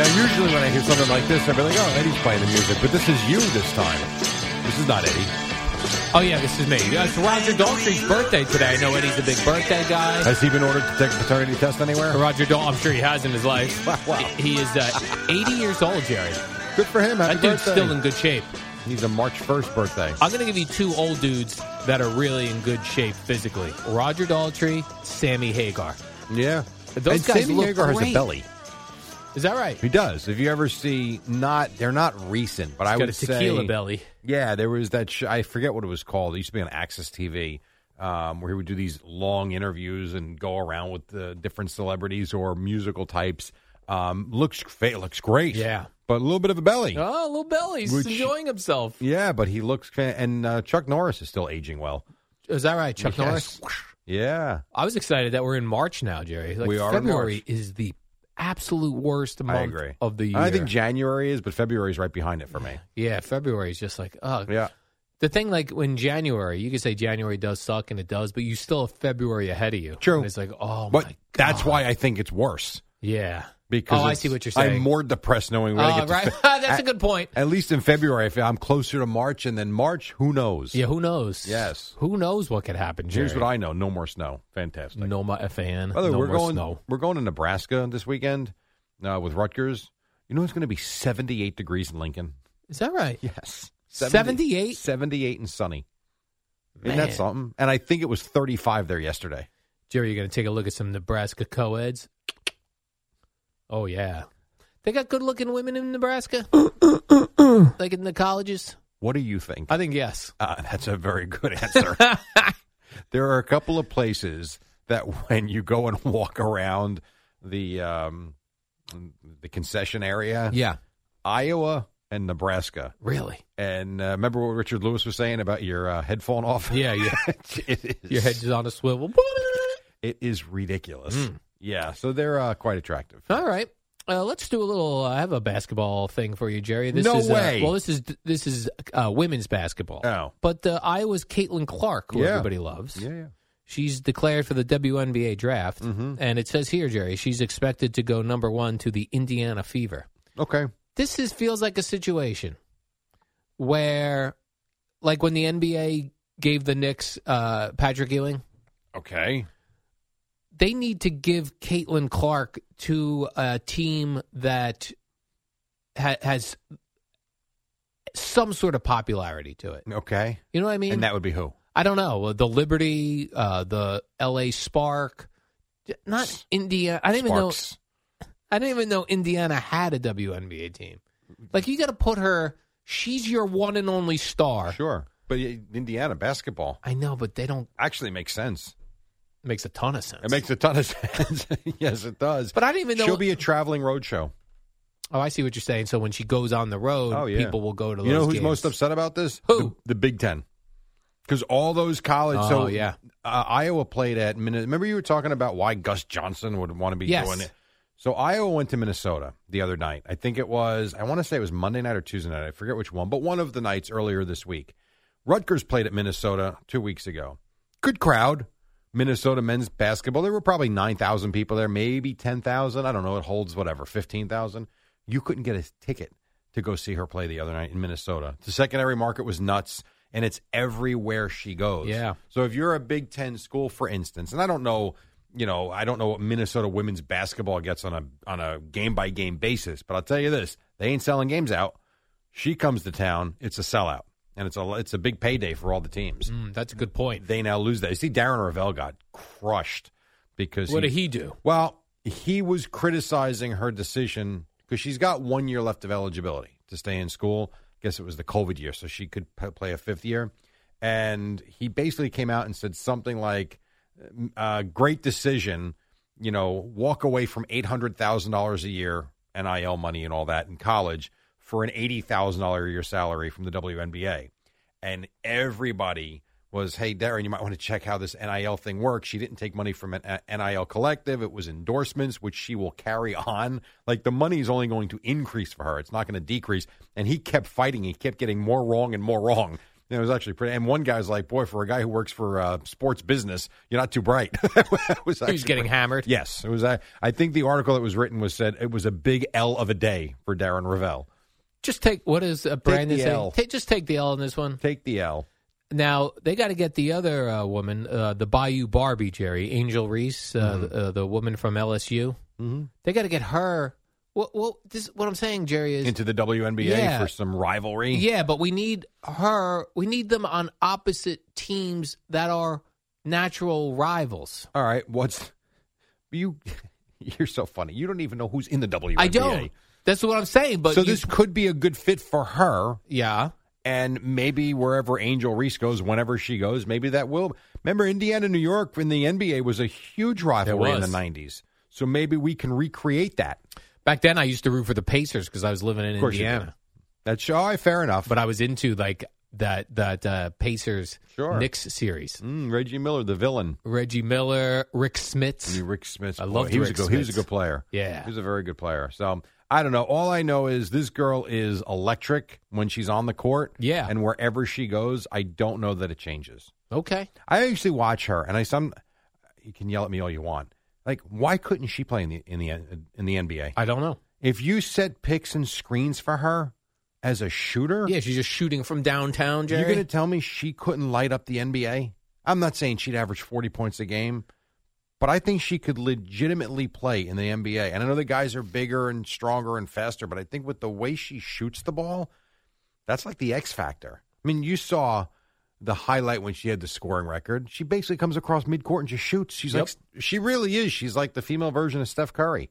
Now, usually when I hear something like this, I'd be like, oh, Eddie's playing the music. But this is you this time. This is not Eddie. Oh yeah, this is me. Yeah, It's Roger Daltrey's birthday today. I know Eddie's a big birthday guy. Has he been ordered to take a paternity test anywhere? Roger Dal, I'm sure he has in his life. He is uh, 80 years old, Jerry. Good for him. Happy That dude's birthday. still in Uh, good shape. He's a March 1st birthday. I'm going to give you two old dudes that are really in good shape physically: Roger Daltrey, Sammy Hagar. Yeah. Those and guys Sammy look Hagar has a great. belly. Is that right? He does. If you ever see, not they're not recent, but I Got would a tequila say, belly. Yeah, there was that. Sh- I forget what it was called. It used to be on Access TV, um, where he would do these long interviews and go around with the different celebrities or musical types. Um, looks fa- looks great. Yeah. but a little bit of Ah, a belly. Oh, little belly. He's Which- enjoying himself. Yeah, but he looks fan- and uh, Chuck Norris is still aging well. Is that right, Chuck Norris? Yeah, I was excited that we're in March now, Jerry. Like, We are in February March. is the absolute worst month I agree. of the year. I think January is, but February is right behind it for me. yeah, February is just like, oh, Yeah, The thing, like when January, you could say January does suck and it does, but you still have February ahead of you. True. And it's like, oh but my, that's why I think it's worse yeah. because oh, I it's- see what you're saying. I'm more depressed knowing we're gonna oh, get to right. Fe- that's a good point. At least in February, if I'm closer to March, and then March, who knows? Yeah. Who knows? Yes. Who knows what could happen? Jerry? Here's what I know: no more snow. Fantastic. No, my fan. By the way, no we're more going. snow. We're going to Nebraska this weekend uh, with Rutgers. You know it's going to be 78 degrees in Lincoln. Is that right? Yes, 78? 78 and sunny. Isn't Man. that something? And I think it was 35 there yesterday. Jerry, you're going to take a look at some Nebraska co-eds. Oh yeah, they got good-looking women in Nebraska, like in the colleges. What do you think? I think yes. Uh, that's a very good answer. there are a couple of places that when you go and walk around the um, the concession area, Yeah. Iowa and Nebraska. Really? And uh, remember what Richard Lewis was saying about your uh, headphone off? Yeah. Yeah. it is, Your head's on a swivel. it is ridiculous. Hmm. Yeah, so they're uh, quite attractive. All right. Uh, let's do a little. I have a basketball thing for you, Jerry. This No is, uh, way. well, this is this is uh, women's basketball. Oh. But uh, Iowa's Caitlin Clark, who Yeah. everybody loves, Yeah, yeah. she's declared for the WNBA draft, Mm-hmm. and it says here, Jerry, she's expected to go number one to the Indiana Fever. Okay. This is feels like a situation where, like when the NBA gave the Knicks uh, Patrick Ewing, Okay. they need to give Caitlin Clark to a team that ha- has some sort of popularity to it. Okay. You know what I mean? And that would be who? I don't know the Liberty, uh, the L.A. Spark, not Indiana. I didn't Sparks. even know. I didn't even know Indiana had a WNBA team. Like you got to put her. She's your one and only star. Sure. But uh, Indiana basketball I know, but they don't actually makes sense. makes a ton of sense. It makes a ton of sense. yes, it does. But I didn't even know- She'll be a traveling road show. oh, I see what you're saying. So when she goes on the road, Oh, yeah. people will go to. You know those who's games. most upset about this? Who? The, the Big Ten. Because all those college. so Oh, yeah. uh, Iowa played at Minnesota. Remember you were talking about why Gus Johnson would want to be Yes. doing it. So Iowa went to Minnesota the other night. I think it was. I want to say it was Monday night or Tuesday night. I forget which one, but one of the nights earlier this week. Rutgers played at Minnesota two weeks ago. Good crowd. Minnesota men's basketball. There were probably 9,000 people there, maybe 10,000. I don't know. It holds whatever, 15,000. You couldn't get a ticket to go see her play the other night in Minnesota. The secondary market was nuts, and it's everywhere she goes. Yeah. So if you're a Big Ten school, for instance, and I don't know, you know, I don't know what Minnesota women's basketball gets on a on a game by game basis, but I'll tell you this: they ain't selling games out. She comes to town, it's a sellout, and it's a it's a big payday for all the teams. Mm, that's a good point. They now lose that. You see, Darren Ravel got crushed because What did he do? well, he was criticizing her decision because she's got one year left of eligibility to stay in school. guess it was the COVID year, so she could p- play a fifth year. And he basically came out and said something like, uh, "Great decision, you know, walk away from eight hundred thousand dollars a year, NIL money and all that in college for an eighty thousand dollar a year salary from the WNBA." and everybody was, "Hey, Darren, you might want to check how this NIL thing works." She didn't take money from an uh, NIL collective; it was endorsements, which she will carry on. Like the money is only going to increase for her; it's not going to decrease. And he kept fighting; he kept getting more wrong and more wrong. And it was actually pretty. And one guy's like, "Boy, for a guy who works for uh, sports business, you're not too bright." It was He was actually getting pretty- hammered. Yes, it was. I, I think the article that was written was said it was a big L of a day for Darren Ravel. Just take what is uh, Brandon the saying? L. Ta- just take the L in this one. Take the L. Now they got to get the other uh, woman, uh, the Bayou Barbie, Jerry Angel Reese, uh, the, uh, the woman from LSU. Mm-hmm. They got to get her. What? What? This, what I'm saying, Jerry, is into the WNBA Yeah. for some rivalry. yeah, but we need her. We need them on opposite teams that are natural rivals. All right, what's you? You're so funny. You don't even know who's in the WNBA. I don't. That's what I'm saying. But so you- this could be a good fit for her, yeah. and maybe wherever Angel Reese goes, whenever she goes, maybe that will. Remember, Indiana, New York, in the NBA was a huge rivalry in the was. '90s. So maybe we can recreate that. Back then, I used to root for the Pacers because I was living in Of course you Indiana. did. That's all right. Fair enough. but I was into like that that uh, Pacers Sure. Knicks series. Mm, Reggie Miller, the villain. Reggie Miller, Rick Smits. Rick Smith. I boy, loved he was Rick a good, He was a Smits. good player. Yeah. He was a very good player. So I don't know. All I know is this girl is electric when she's on the court. Yeah. And wherever she goes, I don't know that it changes. Okay, I actually watch her, and I some. You can yell at me all you want. Like, why couldn't she play in the in the in the NBA? I don't know. If you set picks and screens for her as a shooter, Yeah, she's just shooting from downtown, Jerry. you're going to tell me she couldn't light up the NBA? I'm not saying she'd average 40 points a game, but I think she could legitimately play in the NBA. And I know the guys are bigger and stronger and faster, but I think with the way she shoots the ball, that's like the X factor. I mean, you saw the highlight when she had the scoring record. She basically comes across midcourt and just shoots. She's Yep. like, she really is. She's like the female version of Steph Curry.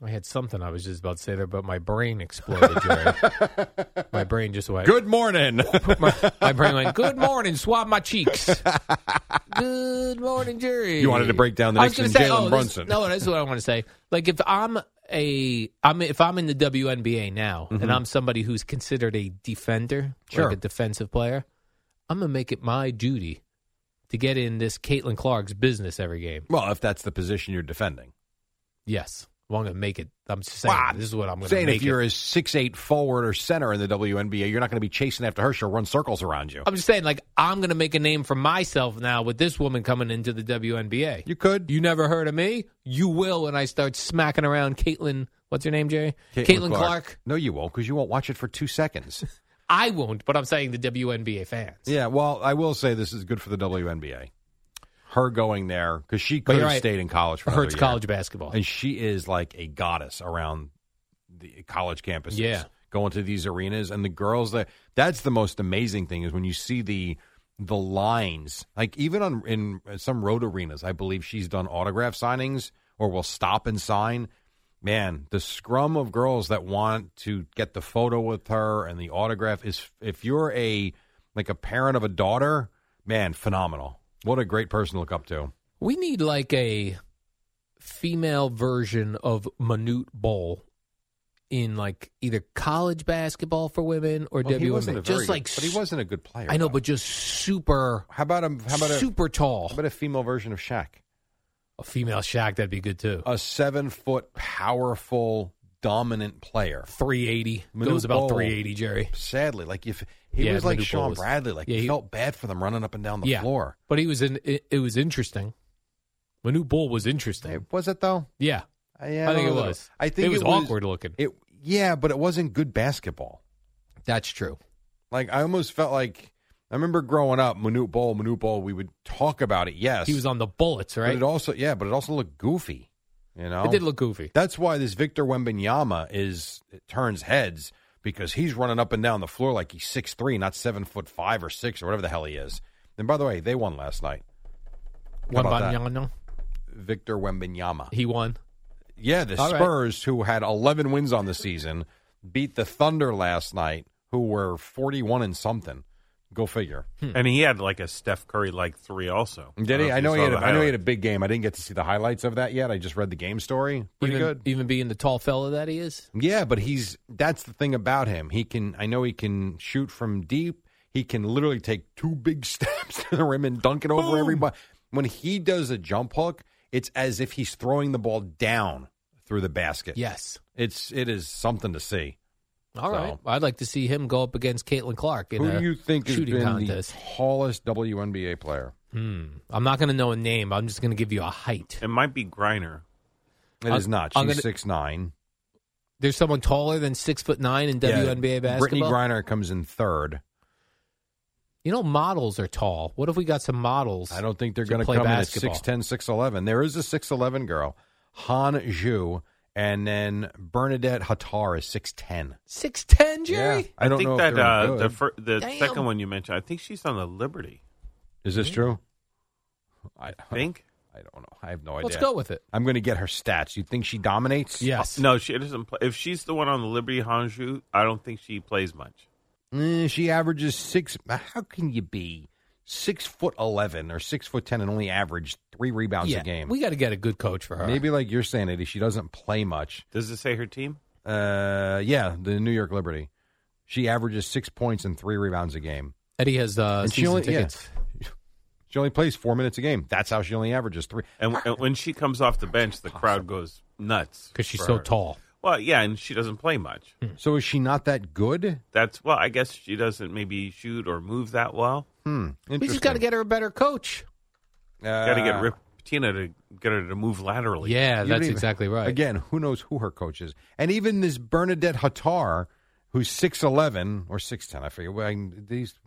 I had something I was just about to say there, but my brain exploded, Jerry. my brain just went. Good morning. My, my brain went. Good morning, swab my cheeks. Good morning, Jerry. You wanted to break down the I was Knicks and gonna say, Jalen oh, this- Brunson. no, that's what I want to say. Like if I'm a, I'm if I'm in the WNBA now, and I'm somebody who's considered a defender, Mm-hmm. Sure. like a defensive player, I'm gonna make it my duty to get in this Caitlin Clark's business every game. well, if that's the position you're defending. Yes, well, I'm gonna make it. I'm just saying Wow. this is what I'm gonna saying make if you're it. a six eight forward or center in the WNBA, you're not going to be chasing after her. She'll run circles around you. I'm just saying, like I'm gonna make a name for myself now with this woman coming into the WNBA. You could. You never heard of me? You will when I start smacking around Caitlin. What's her name, Jerry? No, you won't because you won't watch it for two seconds. I won't, but I'm saying the WNBA fans. yeah, well, I will say this is good for the WNBA. Her going there because she But could you're have right. stayed in college for another Hurts year. college basketball. and she is like a goddess around the college campuses. Yeah. going to these arenas and the girls that that's the most amazing thing is when you see the the lines like even on in some road arenas i believe she's done autograph signings or will stop and sign man the scrum of girls that want to get the photo with her and the autograph is if you're a like a parent of a daughter man phenomenal what a great person to look up to We need like a female version of Manute Bowl in like either college basketball for women or Well, he WNBA. wasn't a very just good- like but he wasn't a good player. I know, though. but just super how about a how about a super tall. how about a female version of Shaq? a female Shaq that'd be good too. A seven foot, powerful, dominant player. 380 Manute goes about Bol. 380, Jerry. Sadly, like if he Yeah, was like Manute Sean Bol was- Bradley, like yeah, he he- felt bad for them running up and down the yeah, floor. but he was in. It, it was interesting. Manute Bull was interesting. Was it though? Yeah, Yeah, I think it don't know. was. I think It was awkward looking. It yeah, but it wasn't good basketball. that's true. Like I almost felt like I remember growing up, Manute Bol, Manute Bol. We would talk about it. Yes, He was on the bullets, But right? it also yeah, but it also looked goofy. You know, It did look goofy. That's why this Victor Wembanyama is it turns heads because he's running up and down the floor like he's six three, not seven foot five or six or whatever the hell he is. And by the way, they won last night. How One about that? Banyano, Victor Wembanyama. he won. Yeah, the All right. Spurs, who had 11 wins on the season, beat the Thunder last night, who were 41 and something. Go figure. And he had like a Steph Curry like three also. Hmm. Did he? don't I know if he you had. A, saw the I know he had a highlights. big game. I didn't get to see the highlights of that yet. I just read the game story. Pretty even, good. Even being the tall fella that he is, Yeah, but he's that's the thing about him. He can. I know he can shoot from deep. He can literally take two big steps to the rim and dunk it over everybody. When he does a jump hook, it's as if he's throwing the ball down through the basket. yes. it's it is something to see. So- All right. I'd like to see him go up against Caitlin Clark in Who a do you think has shooting been contest. the tallest WNBA player? Hmm. I'm not going to know a name. I'm just going to give you a height. It might be Griner. It I'm- is not. I'm She's gonna- six nine. There's someone taller than six foot nine in WNBA basketball. Brittany Griner comes in third. You know, models are tall. What if we got some models? I don't think they're to going to play come in basketball. at 6'10", 6'11". There is a 6'11 girl, Han Zhu, and then Bernadette Hattar is 6'10". Six ten, Jerry. Yeah. I don't think know if that they're uh, the good. fir- the Damn. second one you mentioned. I think she's on the Liberty. Is this true? I I think Uh, I don't know. I have no idea. Let's go with it. I'm going to get her stats. You think she dominates? Yes. no, she doesn't. Play. If she's the one on the Liberty Hanju, I don't think she plays much. Mm, she averages six. uh, How can you be six foot eleven or six foot ten and only average three rebounds yeah. a game? We got to get a good coach for her. Maybe like you're saying, Eddie, she doesn't play much. Does it say her team? Uh, yeah, the New York Liberty. She averages six points and three rebounds a game. Eddie has uh, And she season only- yeah. tickets. She only plays four minutes a game. That's how she only averages three. And, and when she comes off the bench, the crowd goes nuts because she's for so her. tall. Well, yeah, and she doesn't play much. Hmm. So is she not that good? That's well, I guess she doesn't maybe shoot or move that well. Hmm. We just got to get her a better coach. Got to get Rip Pitino to get her to move laterally. Yeah, Uh, You that's don't even- exactly right. Again, who knows who her coach is? And even this Bernadette Hattar, who's six eleven or six ten, I forget. Well, I- These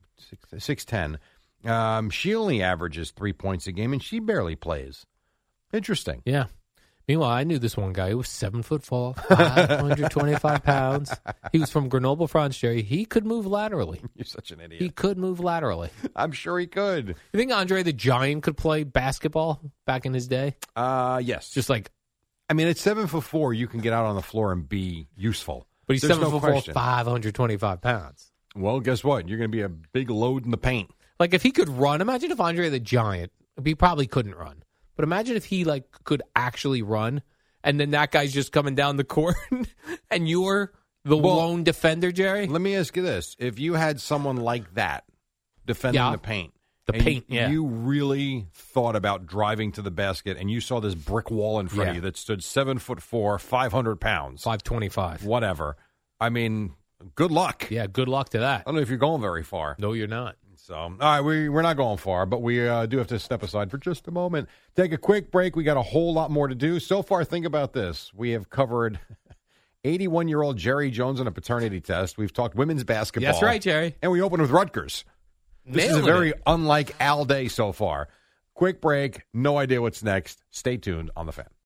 six ten. Um, she only averages three points a game, and she barely plays. Interesting. Yeah. Meanwhile, I knew this one guy. He was seven foot four, five hundred twenty-five pounds. He was from Grenoble, France, Jerry. He could move laterally. You're such an He idiot. could move laterally. I'm sure he could. You think Andre the Giant could play basketball back in his day? Uh, yes. Just like, I mean, at seven foot four, you can get out on the floor and be useful. but he's There's seven no foot question. four, five hundred twenty-five pounds. Well, guess what? You're going to be a big load in the paint. Like if he could run, imagine if Andre the Giant. He probably couldn't run, but imagine if he like could actually run, and then that guy's just coming down the court, and you're the Well, lone defender, Jerry. Let me ask you this: If you had someone like that defending Yeah. the paint, The and paint, yeah. you really thought about driving to the basket, and you saw this brick wall in front of you Yeah. that stood seven foot four, five hundred pounds, Five twenty-five. whatever. I mean, good luck. Yeah, good luck to I that. don't know if you're going very far. No, you're not. So, all right, we, we're not going far, but we uh, do have to step aside for just a moment. Take a quick break. We got a whole lot more to do. So far, think about this. We have covered 81 year old Jerry Jones on a paternity test. We've talked women's basketball. That's right, Jerry. And we opened with Rutgers. This is a Nailing very it. unlike Al Day so far. Quick break. No idea what's next. Stay tuned on the fan.